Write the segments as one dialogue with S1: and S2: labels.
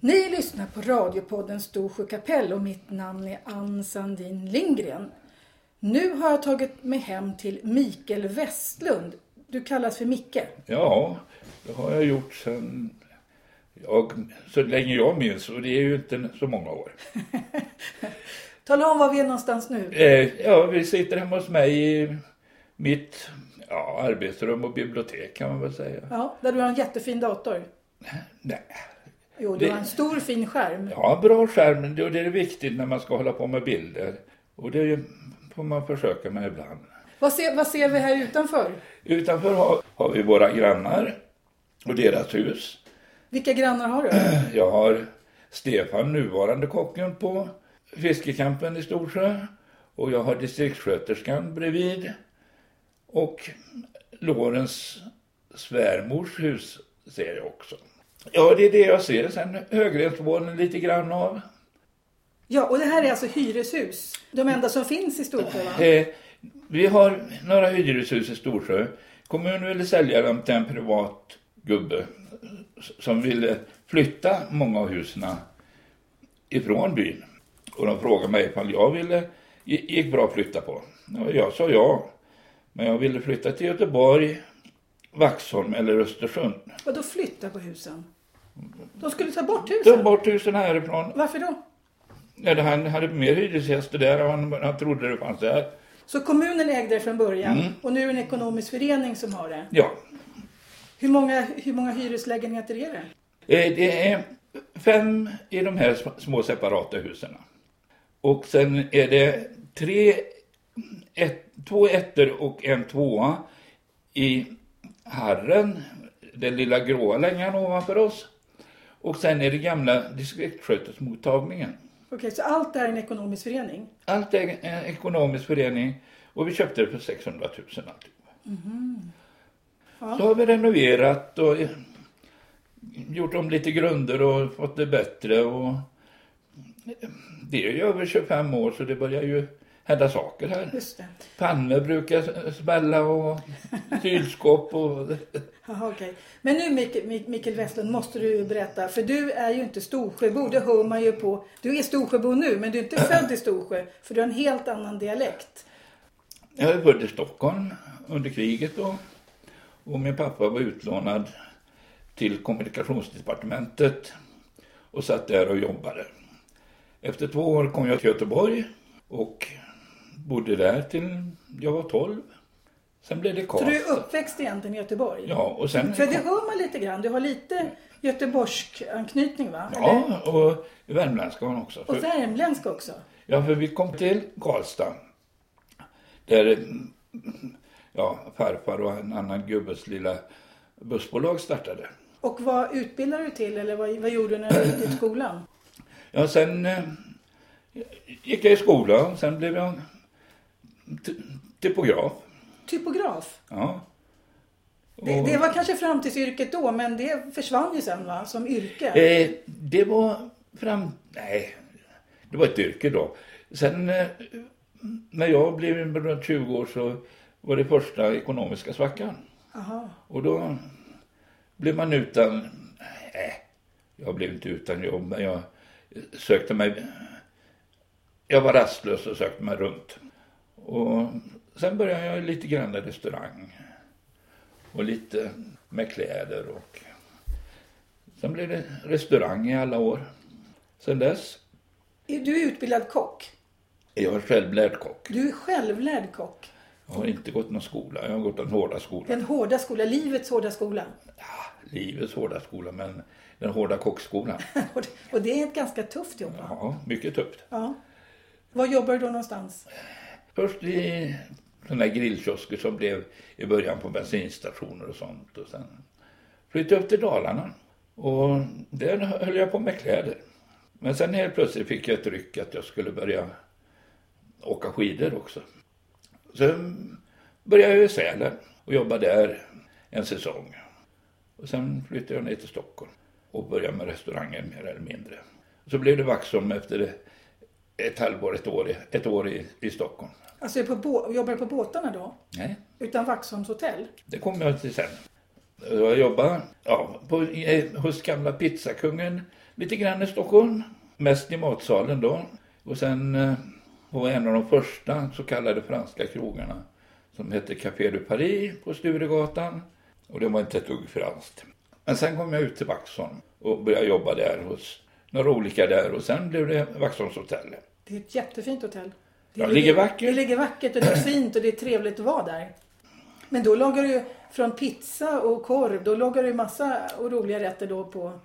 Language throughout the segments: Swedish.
S1: Ni lyssnar på radiopodden Storsjö kapell och mitt namn är Ann Sandin Lindgren. Nu har jag tagit mig hem till Mikael Westlund. Du kallas för Micke.
S2: Ja, det har jag gjort sedan jag, så länge jag minns och det är ju inte så många år.
S1: Tala om var vi är någonstans nu.
S2: Eh, ja, vi sitter hemma hos mig i mitt ja, arbetsrum och bibliotek kan man väl säga.
S1: Ja, där du har en jättefin dator.
S2: Nej.
S1: Jo, du
S2: Det-
S1: har en stor fin skärm.
S2: Ja, bra skärm, men då- det är viktigt när man ska hålla på med bilder. Och det är ju- får man försöka med ibland.
S1: Vad, ser, vad ser vi här utanför?
S2: Utanför har, har vi våra grannar och deras hus.
S1: Vilka grannar har du?
S2: Jag har Stefan, nuvarande kocken på fiskekampen i Storsjö. Och jag har distriktssköterskan bredvid. Och Lorens svärmors hus ser jag också. Ja, det är det jag ser. Sen högrensvåningen lite grann av.
S1: Ja, och det här är alltså hyreshus. De enda som finns i Storsjö, va?
S2: Eh, vi har några hyreshus i Storsjö. Kommunen ville sälja dem till en privat gubbe som ville flytta många av husen ifrån byn. Och de frågade mig ifall jag ville, gick bra att flytta på. Och jag sa ja. Men jag ville flytta till Göteborg, Vaxholm eller Östersund.
S1: Vadå flytta på husen? De skulle ta bort
S2: Ta
S1: husen?
S2: bort husen härifrån.
S1: Varför då?
S2: Ja, det- Han hade mer hyresgäster där än han, han trodde det fanns där.
S1: Så kommunen ägde det från början
S2: Mm.
S1: och nu är det en ekonomisk förening som har det.
S2: Ja,
S1: Hur många, hur många hyreslägenheter är det?
S2: Eh, Det är fem i de här sm- små separata husen. Och sen är det tre, ett, två ettor och en tvåa i Harren, den lilla gråa längan ovanför oss. Och sen är det gamla distriktsskötersmottagningen.
S1: Okej, så allt det här är en ekonomisk förening.
S2: Allt är en ekonomisk förening och vi köpte det för 600 000 alltihop.
S1: Ja.
S2: Så har vi renoverat och gjort om lite grunder och fått det bättre. Och det är ju över 25 år så det börjar ju hända saker här.
S1: Just det.
S2: Pannor brukar smälla och kylskåp och...
S1: Jaha, okej. Men nu Mik- Mik- Mikael Westlund måste du ju berätta, för du är ju inte Storsjöbo, det hör man ju på. Du är Storsjöbo nu, men du är inte född i Storsjö, för du har en helt annan dialekt.
S2: Jag är född i Stockholm under kriget då. Och min pappa var utlånad till kommunikationsdepartementet och satt där och jobbade. Efter två år kom jag till Göteborg och bodde där till jag var 12. Sen blev det
S1: Så du är
S2: Karlstad.
S1: uppväxt egentligen i Göteborg?
S2: Ja, och sen...
S1: För det hör man lite grann, du har lite göteborgsk anknytning va? Eller?
S2: Ja, och värmländskan också.
S1: Och
S2: För,
S1: värmländsk också?
S2: ja, för vi kom till Karlstad. Där mm, ja, farfar och en annan gubbes lilla bussbolag startade.
S1: Och vad utbildade du till eller vad, vad gjorde du när du gick ut skolan?
S2: Ja, sen eh, gick jag i skolan. Sen blev jag ty- typograf.
S1: Typograf?
S2: Ja.
S1: Det,
S2: Och-
S1: det var kanske framtidsyrket då, men det försvann ju sen va, som yrke?
S2: Eh, det var fram... Nej, det var ett yrke då. Sen eh, när jag blev runt 20 år så var det första ekonomiska svackan.
S1: Aha.
S2: Och då blev man utan... Nej, jag blev inte utan jobb, men jag sökte mig... Jag var rastlös och sökte mig runt. Och sen började jag lite grann i restaurang. Och lite med kläder och... Sen blev det restaurang i alla år. Sen dess
S1: Är Du är utbildad kock?
S2: är jag självlärd kock.
S1: Du är självlärd kock.
S2: Jag har inte gått någon skola, jag har gått den hårda skolan.
S1: Den hårda skolan, livets hårda skola.
S2: Livets hårda skola, men den hårda kockskolan.
S1: Och det- Och det är ett ganska tufft jobb. va?
S2: Ja, mycket tufft.
S1: Ja. Var jobbar du då någonstans?
S2: Först i sådana här grillkiosker som blev i början på bensinstationer och sånt. Och sen flyttade jag upp till Dalarna och där höll jag på med kläder. Men sen helt plötsligt fick jag ett ryck att jag skulle börja åka skidor också. Sen började jag i Sälen och jobbade där en säsong. Och sen flyttade jag ner till Stockholm och började med restaurangen mer eller mindre. Så blev det Vaxholm efter ett halvår, ett år, i- ett år i, i Stockholm.
S1: Alltså är på bå- jobbar du på båtarna då?
S2: Nej,
S1: Utan Vaxholms hotell?
S2: det kommer jag till sen. Jag jobbade ja, på, i, hos gamla pizzakungen lite grann i Stockholm. Mest i matsalen då. Och sen eh, på en av de första så kallade franska krogarna som hette Café de Paris på Sturegatan. Och det var inte ett dugg franskt. Men sen kom jag ut till Vaxholm och började jobba där hos några olika där och sen blev det Vaxholms hotell.
S1: Det är ett jättefint hotell.
S2: Ja, det ligger vackert.
S1: Det ligger vackert och det är fint och det är trevligt att vara där. Men då lagar du från pizza och korv, då lagar du massa och roliga rätter då på...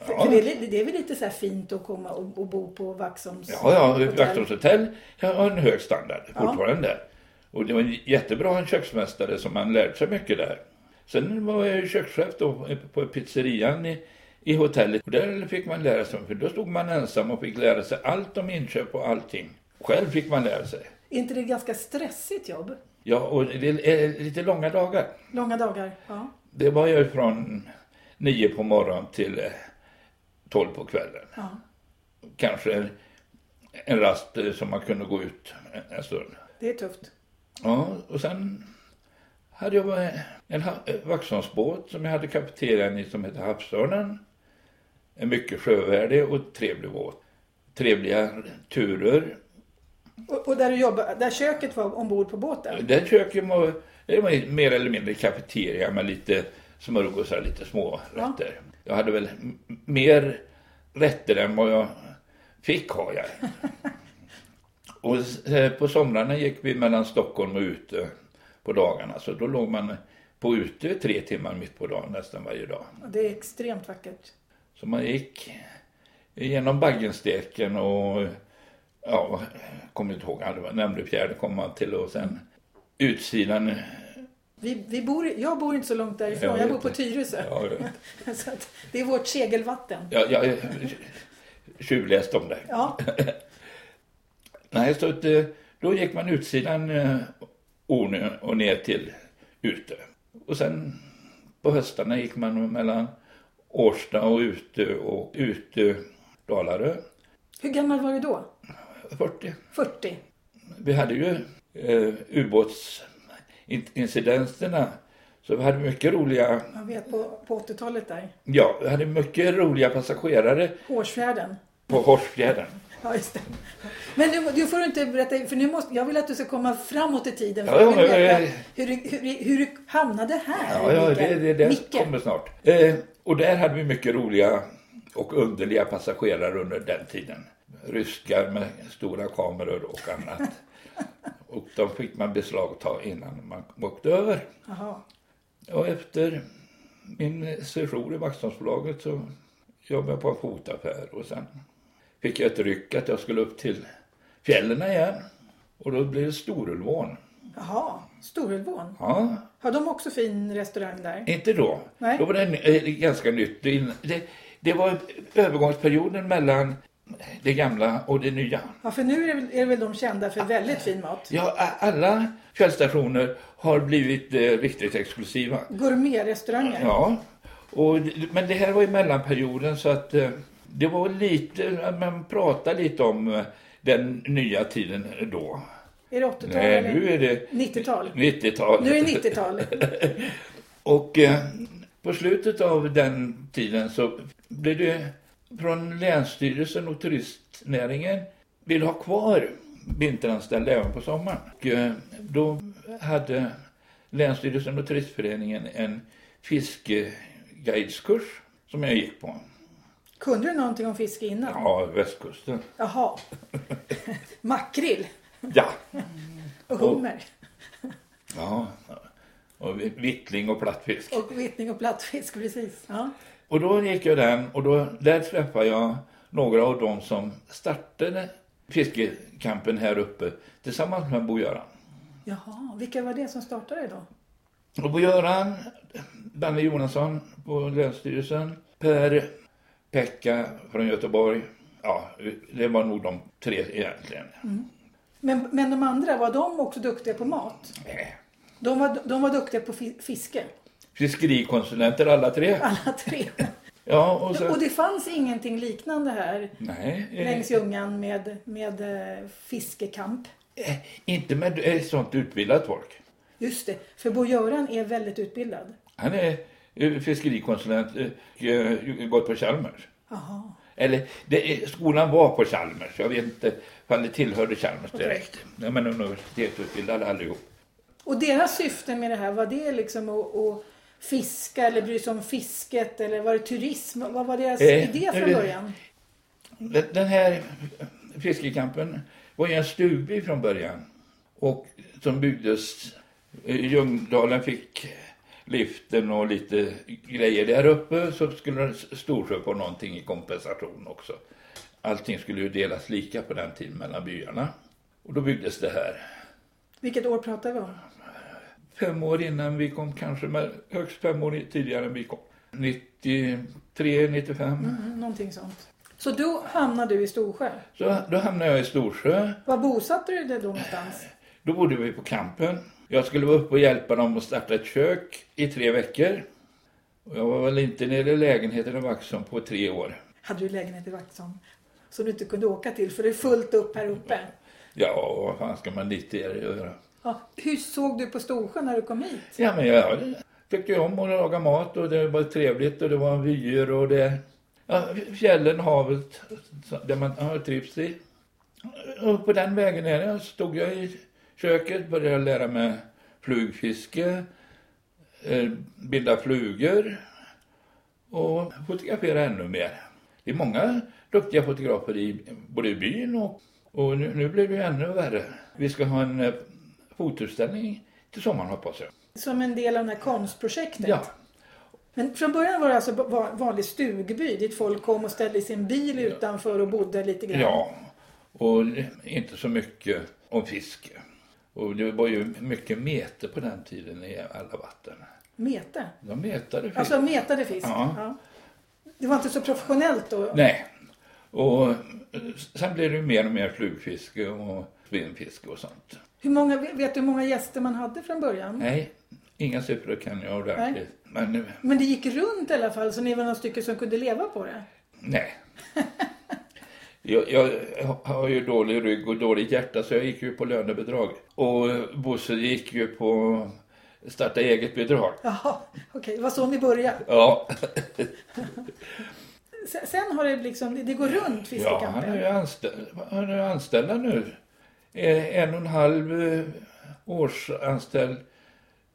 S1: För,
S2: Ja.
S1: för det, är, li- det är väl lite så här fint att komma och, och bo på Vaxholms
S2: Ja, ja,
S1: hotell.
S2: Vaxholms hotell har en hög standard
S1: Ja.
S2: fortfarande. Och det var en jättebra köksmästare som man lärde sig mycket där. Sen var jag ju kökschef då på pizzerian i, i hotellet. Och där fick man lära sig, för då stod man ensam och fick lära sig allt om inköp och allting. Själv fick man lära sig.
S1: Är inte det ett ganska stressigt jobb?
S2: Ja, och det är lite långa dagar.
S1: Långa dagar? Ja.
S2: Det var jag från nio på morgonen till eh, tolv på kvällen.
S1: ja.
S2: Kanske en, en rast eh, som man kunde gå ut en, en stund.
S1: Det är tufft.
S2: Ja, och sen hade jag bara en ha- eh, Vaxholmsbåt som jag hade kaptenen i som hette Havsörnen. En mycket sjövärdig och trevlig båt. Trevliga turer.
S1: Och, och där du jobbar, där köket var ombord på båten?
S2: Den köket var, det var mer eller mindre kafeteria med lite smörgåsar och så här, lite små rätter. Jag hade väl m- mer rätter än vad jag fick ha. Jag. och s- eh, på somrarna gick vi mellan Stockholm och ute på dagarna. Så då låg man på ute tre timmar mitt på dagen nästan varje dag.
S1: Ja, Det är extremt vackert.
S2: Så man gick genom Baggensteken och ja, jag kommer inte ihåg, jag nämnde fjärde kom man till och sen utsidan.
S1: Vi, vi bor, i- jag bor inte så långt därifrån,
S2: Jag
S1: jag
S2: vet
S1: bor på
S2: det.
S1: Tyresö.
S2: Ja,
S1: Så att, det är vårt segelvatten.
S2: jag, jag tjuvläste om det.
S1: Ja,
S2: Nej, så att, eh, då gick man utsidan eh, Ornö och ner till Utö. Och sen på höstarna gick man mellan Årsta och Utö och Utö Dalarö,
S1: hur gammal var du då?
S2: 40.
S1: 40?
S2: Vi hade ju eh, ubåtsincidenterna. Så vi hade mycket roliga,
S1: Jag vet på, på 80-talet där.
S2: ja, vi hade mycket roliga passagerare
S1: Hårsfjärden.
S2: på Horsfjärden.
S1: Ja, just det. Men nu, du får inte berätta, för nu måste, jag vill att du ska komma framåt i tiden. För
S2: Ja,
S1: jag vill
S2: ja, ja,
S1: veta
S2: ja.
S1: Hur, du- hur, du- hur du hamnade här.
S2: Ja, ja, det,
S1: Mikael.
S2: det, det
S1: Micke.
S2: kommer snart. Eh, och där hade vi mycket roliga och underliga passagerare under den tiden. Ryskar med stora kameror och annat. och de fick man beslagta innan man åkte över.
S1: Jaha.
S2: Och efter min session i Vaxholmsbolaget så jobbade jag på en fotaffär och sen fick jag ett ryck att jag skulle upp till fjällen igen. Och då blev det Storulvån.
S1: Jaha. Storulvån.
S2: Ja,
S1: Har de också fin restaurang där?
S2: inte då.
S1: Nej.
S2: Då var det en, eh, ganska nytt. Det, det, det var övergångsperioden mellan det gamla och det nya.
S1: Ja, för nu är det, väl- är det väl de kända för väldigt fin mat.
S2: Ja, a- alla fjällstationer har blivit eh, riktigt exklusiva.
S1: Gourmetrestauranger.
S2: Ja, och, men det här var i mellanperioden så att eh, det var lite, man pratade lite om eh, den nya tiden då.
S1: Är det 80-tal
S2: Nej,
S1: eller
S2: nu är det
S1: 90-tal?
S2: 90-talet.
S1: Nu är det 90-tal.
S2: Och eh, på slutet av den tiden så blev det från Länsstyrelsen och turistnäringen vill ha kvar vinteranställda även på sommaren. Och, eh, då hade Länsstyrelsen och turistföreningen en fiskeguideskurs som jag gick på.
S1: Kunde du någonting om fiske innan?
S2: Ja, västkusten.
S1: Jaha. Makrill
S2: Ja.
S1: och hummer
S2: ja. Och vittling och plattfisk.
S1: och vittning och plattfisk, precis. Ja.
S2: Och då gick jag den och då, där träffade jag några av dem som startade fiskekampen här uppe tillsammans med Bo-Göran.
S1: Jaha, vilka var det som startade då?
S2: Och Bo-Göran, Danne Jonasson på Länsstyrelsen, Per-Pekka från Göteborg. Ja, det var nog de tre egentligen.
S1: Men, men de andra, var de också duktiga på mat?
S2: Eh,
S1: De var, de var duktiga på fi- fiske,
S2: Fiskerikonsulenter alla tre.
S1: alla tre.
S2: Ja, och
S1: Och
S2: så...
S1: det fanns ingenting liknande här
S2: Nej, eh,
S1: längs Ljungan med, med eh, fiskekamp.
S2: eh, inte med eh, sånt utbildat folk.
S1: Just det, för Bo-Göran är väldigt utbildad.
S2: Han är eh, fiskerikonsulent och eh, gått på Chalmers.
S1: Jaha.
S2: Eller det, skolan var på Chalmers. Jag vet inte ifall det tillhörde Chalmers direkt. Ja, men universitetsutbildade allihop.
S1: Och deras syfte med det här, var det liksom att, att fiska eller bry sig om fisket eller var det turism? Vad var deras
S2: Eh,
S1: idé från
S2: det-
S1: början?
S2: Den den här fiskekampen var ju en stugby från början. Och som byggdes, eh, Ljungdalen fick liften och lite grejer där uppe så skulle Storsjö få någonting i kompensation också. Allting skulle ju delas lika på den tiden mellan byarna. Och då byggdes det här.
S1: Vilket år pratar vi om?
S2: Fem år innan vi kom kanske, men högst fem år tidigare än vi kom. 93, 95.
S1: Mm, någonting sånt. Så då hamnade du i Storsjö.
S2: Så då hamnade jag i Storsjö.
S1: Var bosatte du dig då någonstans?
S2: Då bodde vi på campen. Jag skulle vara uppe och hjälpa dem att starta ett kök i tre veckor. Och jag var väl inte nere i lägenheten i Vaxholm på tre år.
S1: Hade du lägenhet i Vaxholm som du inte kunde åka till för det är fullt upp här uppe?
S2: Ja, vad fan ska man lite göra?
S1: Ja. Hur såg du på Storsjö när du kom hit?
S2: Ja, men jag tyckte ju om att laga mat och det var trevligt och det var vyer och det... Ja, fjällen, havet, så- där man ja, trivs i. Och på den vägen här stod jag i köket, började lära mig flugfiske, eh, bilda flugor och fotografera ännu mer. Det är många duktiga fotografer i både i byn och, och nu, nu blir det ju ännu värre. Vi ska ha en eh, fotoutställning till sommaren hoppas jag.
S1: Som en del av det här konstprojektet?
S2: Ja,
S1: Men från början var det alltså va- vanlig stugby dit folk kom och ställde sin bil utanför och bodde lite grann?
S2: ja. Och inte så mycket om fiske. Och det var ju mycket mete på den tiden i alla vatten.
S1: Mete?
S2: De metade fisk.
S1: Alltså metade fisk?
S2: Ja.
S1: Det var inte så professionellt då?
S2: Nej. Och eh, sen blev det ju mer och mer flugfiske och spinnfiske och sånt.
S1: Hur många, vet du hur många gäster man hade från början?
S2: Nej, inga siffror kan jag ordentligt. Men eh,
S1: Men det gick runt i alla fall så ni var några stycken som kunde leva på det?
S2: nej. Jag, jag har ju dålig rygg och dåligt hjärta så jag gick ju på lönebidrag. Och eh, Bosse gick ju på starta eget-bidrag.
S1: Jaha, okej, det var så ni började.
S2: Ja,
S1: Sen, sen har det liksom, det går runt
S2: ja han
S1: fiskekampen?
S2: är ju anställd, han är ju anställd nu. Eh, En och en halv eh, års anställd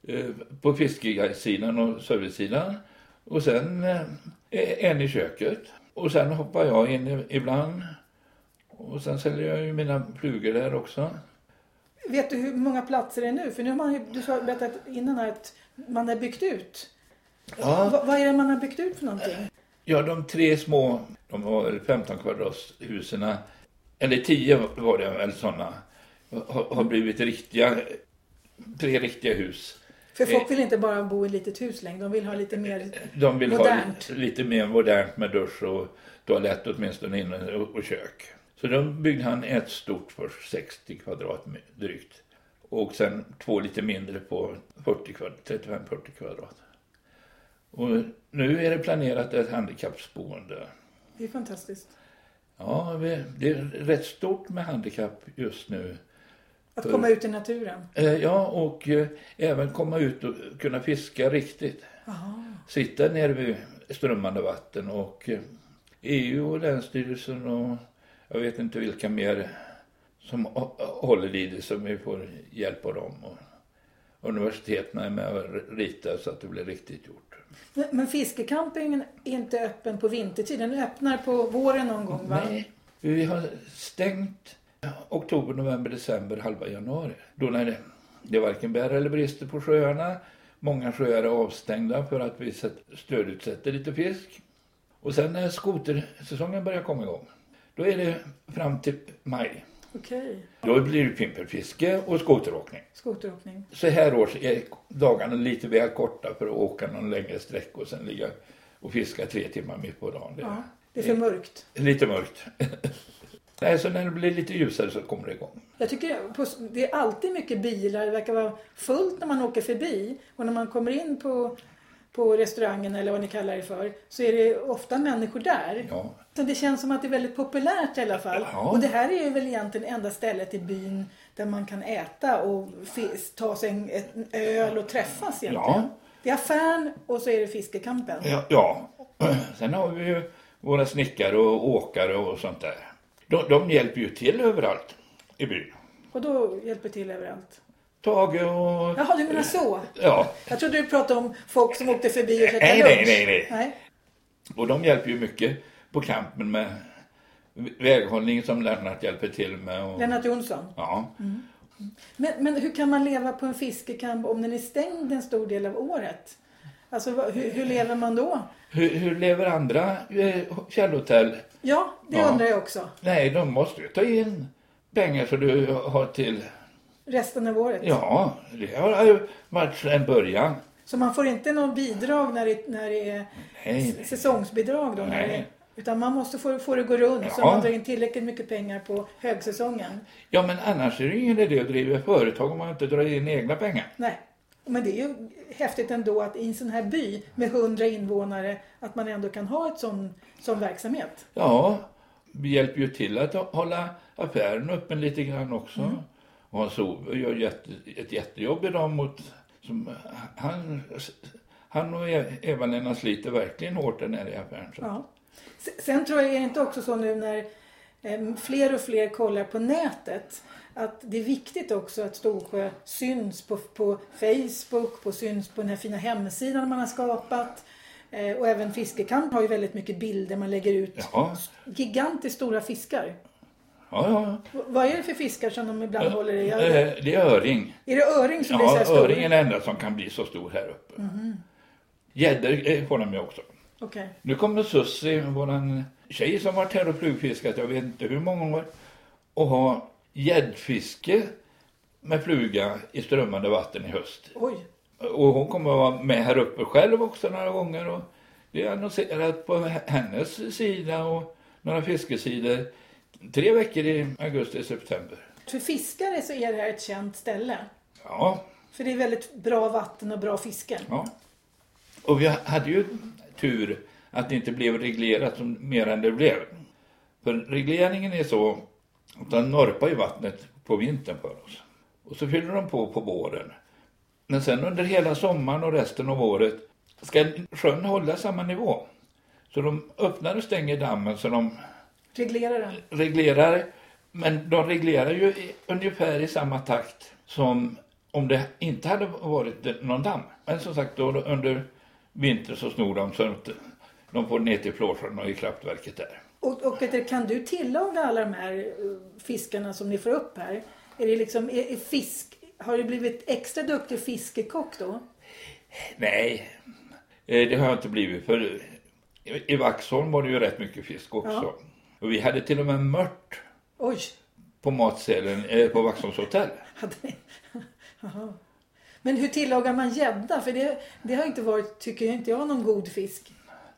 S2: eh, på fiskesidan och servicesidan. Och sen eh, en i köket. Och sen hoppar jag in i- ibland. Och sen säljer jag ju mina flugor där också.
S1: Vet du hur många platser det är nu? För nu har man ju, du sa berättat innan här att man har byggt ut.
S2: Ja.
S1: Va, vad är det man har byggt ut för någonting?
S2: Ja, de tre små, de var väl 15 kvadratshusen, eller 10 var det väl sådana, har, har blivit riktiga, tre riktiga hus.
S1: För
S2: Eh.
S1: folk vill inte bara bo i ett litet hus längre, de vill ha lite mer...
S2: De vill
S1: Modernt.
S2: ha li- lite mer modernt med dusch och toalett åtminstone inne och, och kök. Så då byggde han ett stort för 60 kvadrat med- drygt. Och sen två lite mindre på 40 kvadrat, 35-40 kvadrat. Och nu är det planerat ett handikappsboende.
S1: Det är fantastiskt.
S2: Ja, vi- det är rätt stort med handikapp just nu.
S1: Att
S2: För-
S1: komma ut i naturen.
S2: Eh, Ja, och eh, även komma ut och kunna fiska riktigt.
S1: Jaha.
S2: Sitta nere vid strömmande vatten och eh, EU och Länsstyrelsen och jag vet inte vilka mer som hå- håller i det som vi får hjälp av dem. Och universiteten är med och ritar så att det blir riktigt gjort.
S1: Men- Men fiskecampingen är inte öppen på vintertiden. Den öppnar på våren någon gång va?
S2: Nej, vi har stängt oktober, november, december, halva januari. Då när det, det varken bär eller brister på sjöarna. Många sjöar är avstängda för att vi sätt- stödutsätter lite fisk. Och sen när skotersäsongen börjar komma igång, då är det fram till maj.
S1: Okej.
S2: Då blir det pimpelfiske och skoteråkning.
S1: Skoteråkning.
S2: Så här års är dagarna lite väl korta för att åka någon längre sträcka och sen ligga och fiska tre timmar mitt på dagen. Det-
S1: Ja. Det är för mörkt.
S2: Lite mörkt. Nej, så när det blir lite ljusare så kommer det igång.
S1: Jag tycker på, det är alltid mycket bilar. Det verkar vara fullt när man åker förbi. Och när man kommer in på, på restaurangen eller vad ni kallar det för så är det ofta människor där.
S2: Ja.
S1: Så det känns som att det är väldigt populärt i alla fall.
S2: Ja.
S1: Och det här är ju väl egentligen enda stället i byn där man kan äta och fi- ta sig en ett öl och träffas egentligen.
S2: ja.
S1: Det är affären och så är det fiskekampen.
S2: Ja, ja. Sen har vi ju våra snickare och åkare och sånt där. De, de hjälper ju till överallt i byn.
S1: Och då hjälper till överallt.
S2: Tage och...
S1: Jaha, du menar så?
S2: Ja.
S1: Jag trodde du pratade om folk som åkte förbi och käkade
S2: Nej,
S1: lunch.
S2: nej, nej, nej.
S1: nej.
S2: Och de hjälper ju mycket på kampen med väghållning som Lennart hjälper till med. Och,
S1: Lennart Jonsson.
S2: ja.
S1: Men, men hur kan man leva på en fiskekamp om den är stängd en stor del av året? Alltså vad- hur, hur lever man då?
S2: hur, hur lever andra eh, fjällhotell?
S1: Ja, det
S2: Ja.
S1: undrar jag också.
S2: Nej, de måste ju ta in pengar så du har till...
S1: Resten av året.
S2: Ja, det har ju varit sedan början.
S1: Så man får inte någon bidrag när det, när det är
S2: Nej, nej.
S1: säsongsbidrag då? När det,
S2: Nej.
S1: utan man måste få, få det att gå runt så
S2: Ja.
S1: man drar in tillräckligt mycket pengar på högsäsongen.
S2: Ja, men annars är det ju ingen idé att driva företag om man inte drar in egna pengar.
S1: Nej. Men det är ju häftigt ändå att i en sån här by med 100 invånare att man ändå kan ha ett sån, sån verksamhet.
S2: Ja, vi hjälper ju till att hålla affären öppen lite grann också.
S1: Mm.
S2: Och Hans Ove gör jätte, ett jättejobb idag mot... Som, han, han och E- Eva-Lena sliter verkligen hårt där nere i affären. Så.
S1: Ja. S- Sen tror jag är det inte också så nu när eh, fler och fler kollar på nätet att det är viktigt också att Storsjö syns på, på Facebook, på syns på den här fina hemsidan man har skapat. Eh, Och även Fiskekamp har ju väldigt mycket bilder man lägger ut.
S2: Ja,
S1: Gigantiskt stora fiskar.
S2: ja, ja.
S1: V- Vad är det för fiskar som de ibland håller i?
S2: Eh,
S1: Är
S2: Det är öring.
S1: det öring som blir så
S2: Ja,
S1: här stor? Mm-hmm.
S2: öringen är den enda som kan bli så stor här uppe. Gäddor eh, får de ju också.
S1: Okej.
S2: Nu kommer Sussi, våran tjej som varit här och flugfiskat, jag vet inte hur många år, och har gäddfiske med fluga i strömmande vatten i höst.
S1: Oj.
S2: Och hon kommer att vara med här uppe själv också några gånger. Och det är annonserat på hennes sida och några fiskesidor tre veckor i augusti-september.
S1: För fiskare så är det här ett känt ställe.
S2: Ja,
S1: För det är väldigt bra vatten och bra fiske.
S2: Ja. Och vi hade ju tur att det inte blev reglerat som mer än det blev. För regleringen är så att de norpar ju vattnet på vintern för oss. Och så fyller de på på våren. Men sen under hela sommaren och resten av året ska sjön hålla samma nivå. Så de öppnar och stänger dammen så de
S1: Reglera den.
S2: reglerar, men de reglerar ju i, ungefär i samma takt som om det inte hade varit någon damm. Men som sagt, då, under vintern så snor de så de inte de får ner till Flåsjön och i kraftverket där.
S1: Och, och Peter, kan du tillaga alla de här eh, fiskarna som ni får upp här? Är det liksom, är, är fisk, har du blivit extra duktig fiskekock då?
S2: Nej, eh, det har jag inte blivit. För i- i Vaxholm var det ju rätt mycket fisk också. Och vi hade till och med mört
S1: Oj!
S2: på matsedeln eh, på Vaxholms hotell.
S1: Ja, det- Jaha. Men hur tillagar man gädda? För det, det har inte varit, tycker jag inte jag, någon god fisk.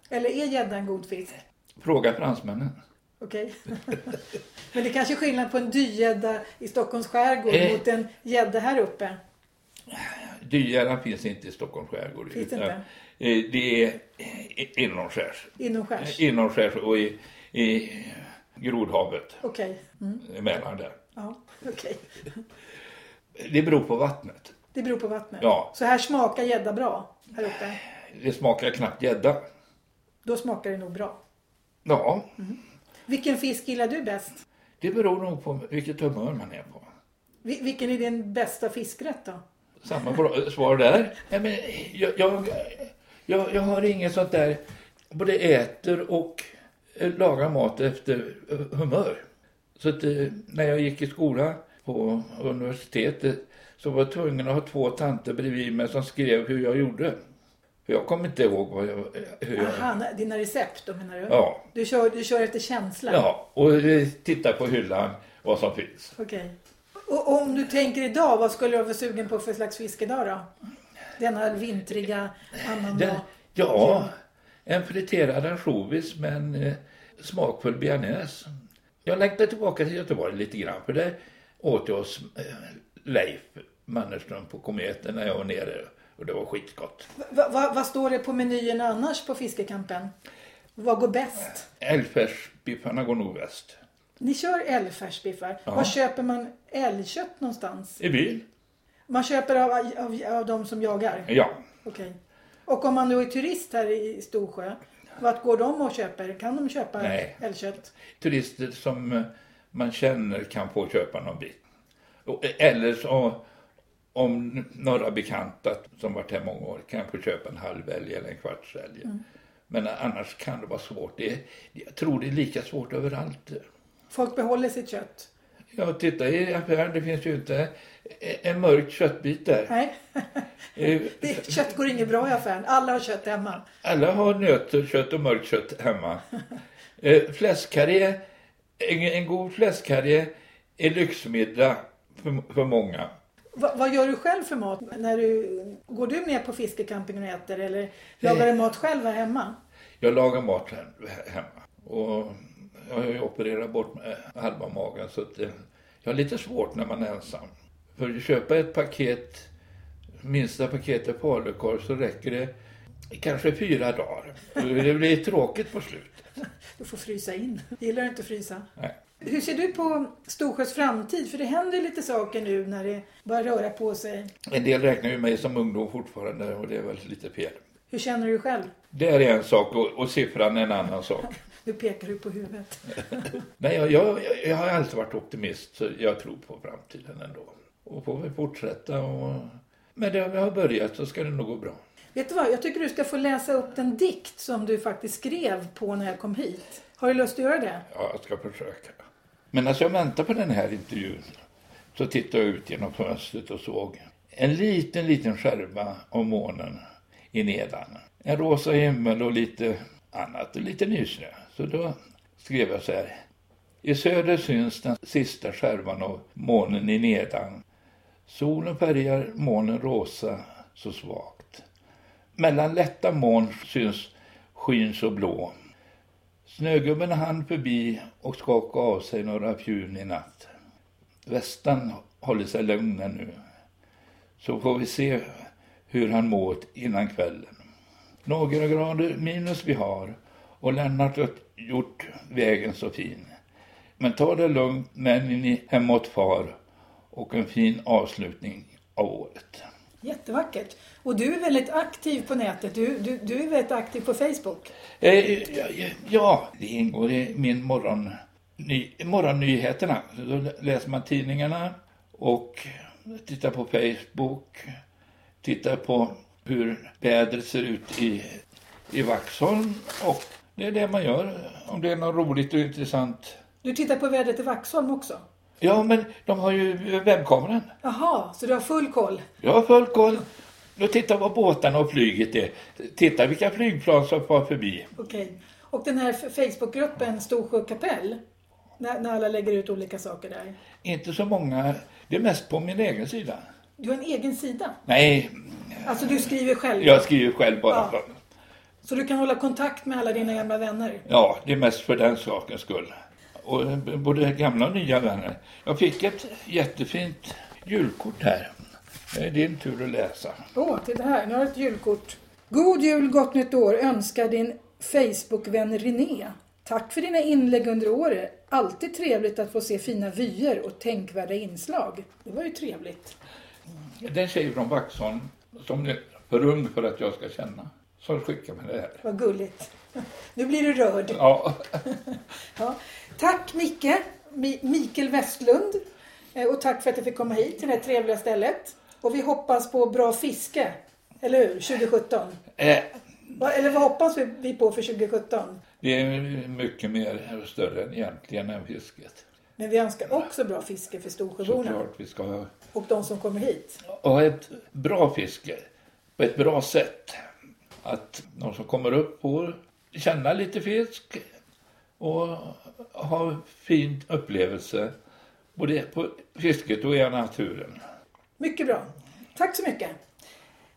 S1: Eller är gädda en god fisk?
S2: Fråga fransmännen.
S1: Okej. Men det är kanske är skillnad på en dygädda i Stockholms skärgård
S2: Eh.
S1: mot en gädda här uppe.
S2: Dyrgärna finns inte i Stockholms skärgård.
S1: Finns
S2: utan,
S1: inte?
S2: eh, Det är eh, inomskärs. Eh,
S1: Inomskärs.
S2: Inomskärs och i, i grodhavet
S1: Okej. Mm.
S2: emellan där.
S1: Ja, okej.
S2: Det beror på vattnet.
S1: Det beror på vattnet.
S2: Ja.
S1: Så här smakar gädda bra här uppe.
S2: Det smakar knappt gädda.
S1: Då smakar det nog bra.
S2: Ja,
S1: Vilken fisk gillar du bäst?
S2: det beror nog på vilket humör man är på.
S1: Vi- vilken är din bästa fiskrätt då?
S2: Samma bra- svar där. Nej, men jag, jag, jag, jag har inget sånt där, både äter och eh, lagar mat efter eh, humör. Så att, eh, när jag gick i skola på universitetet så var jag tvungen att ha två tanter bredvid mig som skrev hur jag gjorde. För jag kommer inte ihåg vad jag... Hur jag
S1: Aha, na- dina recept då menar du?
S2: ja,
S1: Du, kör, du kör efter känsla?
S2: ja, och eh, titta på hyllan vad som finns.
S1: Okej. Och och om du tänker idag, vad skulle du vara sugen på för slags fisk idag då? Denna vintriga annandag.
S2: Det, ja, en friterad ansjovis med en eh, smakfull bearnaise. Jag längtar tillbaka till Göteborg lite grann för där åt jag hos eh, Leif Mannerström på Kometen när jag var nere och det var skitgott.
S1: Va, va, vad står det på menyn annars på fiskekampen? Vad går bäst?
S2: Älgfärsbiffarna går nog bäst.
S1: Ni kör älgfärsbiffar. Var köper man älgkött någonstans?
S2: I byn?
S1: Man köper av, av, av de som jagar?
S2: Ja.
S1: Okej. Och om man då är turist här i Storsjö, vart går de och köper? Kan de köpa
S2: Nej.
S1: älgkött?
S2: Turister som eh, man känner kan få köpa någon bit. Och- eh, Eller så om några bekanta som varit här många år kan få köpa en halv älg eller en kvarts älg. Men annars kan det vara svårt. Det, jag tror det är lika svårt överallt.
S1: Folk behåller sitt kött.
S2: Ja, titta i affären, det finns ju inte eh, en mörk köttbit där.
S1: Nej,
S2: Eh,
S1: det, kött går inget bra i affären. Alla har kött hemma.
S2: Alla har nötkött och mörkt kött hemma. Eh, Fläskkarré, en, en god fläskkarré är lyxmiddag för, för många.
S1: Va, vad gör du själv för mat? När du, går du ner på fiskecampingen och äter eller lagar du mat själv här hemma?
S2: Jag lagar mat he- he- hemma. Och jag har ju opererat bort eh, halva magen så att eh, jag har lite svårt när man är ensam. För att köpa ett paket, minsta paketet falukorv så räcker det kanske fyra dagar. Det blir tråkigt på slutet.
S1: Du får frysa in. Gillar du inte att frysa?
S2: Nej.
S1: Hur ser du på Storsjös framtid? För det händer lite saker nu när det börjar röra på sig.
S2: En del räknar ju mig som ungdom fortfarande och det är väl lite fel.
S1: Hur känner du själv?
S2: Det är en sak och, och siffran är en annan sak.
S1: Nu pekar du på huvudet.
S2: Nej, jag, jag, jag har alltid varit optimist så jag tror på framtiden ändå. Och får vi fortsätta och... Men det vi har börjat så ska det nog gå bra.
S1: Vet du vad? Jag tycker du ska få läsa upp den dikt som du faktiskt skrev på när jag kom hit. Har du lust att göra det?
S2: Ja, jag ska försöka. Men alltså jag väntade på den här intervjun så tittade jag ut genom fönstret och såg en liten, liten skärva av månen i nedan. En rosa himmel och lite annat, och lite nysnö. Så då skrev jag så här. I söder syns den sista skärvan av månen i nedan. Solen färgar månen rosa så svagt. Mellan lätta moln syns skyn så blå. Snögubben hann förbi och skakade av sig några fjun i natt. Västan håller sig lugna nu. Så får vi se hur han mår innan kvällen. Några grader minus vi har och Lennart har gjort vägen så fin. Men ta det lugnt när ni hemåt far och en fin avslutning av året.
S1: Jättevackert. Och du är väldigt aktiv på nätet. Du, du, du är väldigt aktiv på Facebook.
S2: Eh, ja, ja, ja, det ingår i min morgon, ny, morgonnyheterna. Då lä- läser man tidningarna och tittar på Facebook. Tittar på hur vädret ser ut i, i Vaxholm. Och det är det man gör. Om det är något roligt och intressant.
S1: Du tittar på vädret i Vaxholm också.
S2: Ja, men de har ju webbkameran.
S1: Jaha, så du har full koll.
S2: Jag har full koll. Då tittar vad båtarna och flyget är. Titta vilka flygplan som far förbi.
S1: Okej. Och den här f- Facebookgruppen Storsjö kapell, när, när alla lägger ut olika saker där.
S2: Inte så många. Det är mest på min egen sida.
S1: Du har en egen sida.
S2: Nej,
S1: Alltså du skriver själv.
S2: jag skriver själv bara.
S1: Ja.
S2: För,
S1: Så du kan hålla kontakt med alla dina gamla vänner.
S2: ja, det är mest för den sakens skull. Och eh, både gamla och nya vänner. Jag fick ett jättefint julkort här. Eh, Det är din tur att läsa.
S1: Åh, titta här. Nu har du ett julkort. God jul, gott nytt år önskar din Facebookvän René. Tack för dina inlägg under året. Alltid trevligt att få se fina vyer och tänkvärda inslag. Det var ju trevligt.
S2: Det är en tjej från Vaxholm som är för ung för att jag ska känna. Som skickar mig det här.
S1: Vad gulligt. Nu blir du rörd.
S2: Ja,
S1: Ja. Tack Micke, Mi- Mikael Westlund. Eh, Och tack för att du fick komma hit till det här trevliga stället. Och vi hoppas på bra fiske, eller hur? 2017.
S2: eh,
S1: Va- Eller vad hoppas vi- vi på för 2017?
S2: det är mycket mer större än egentligen än fisket.
S1: Men vi önskar också bra fiske för Storsjöborna
S2: Såklart vi ska ha
S1: och de som kommer hit.
S2: och ett bra fiske på ett bra sätt. Att de som kommer upp får känna lite fisk och ha en fin upplevelse både på fisket och i naturen.
S1: Mycket bra. Tack så mycket.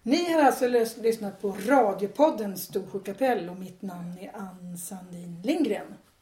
S1: Ni har alltså lys- lyssnat på radiopodden Storsjö kapell och mitt namn är Ann Sandin Lindgren.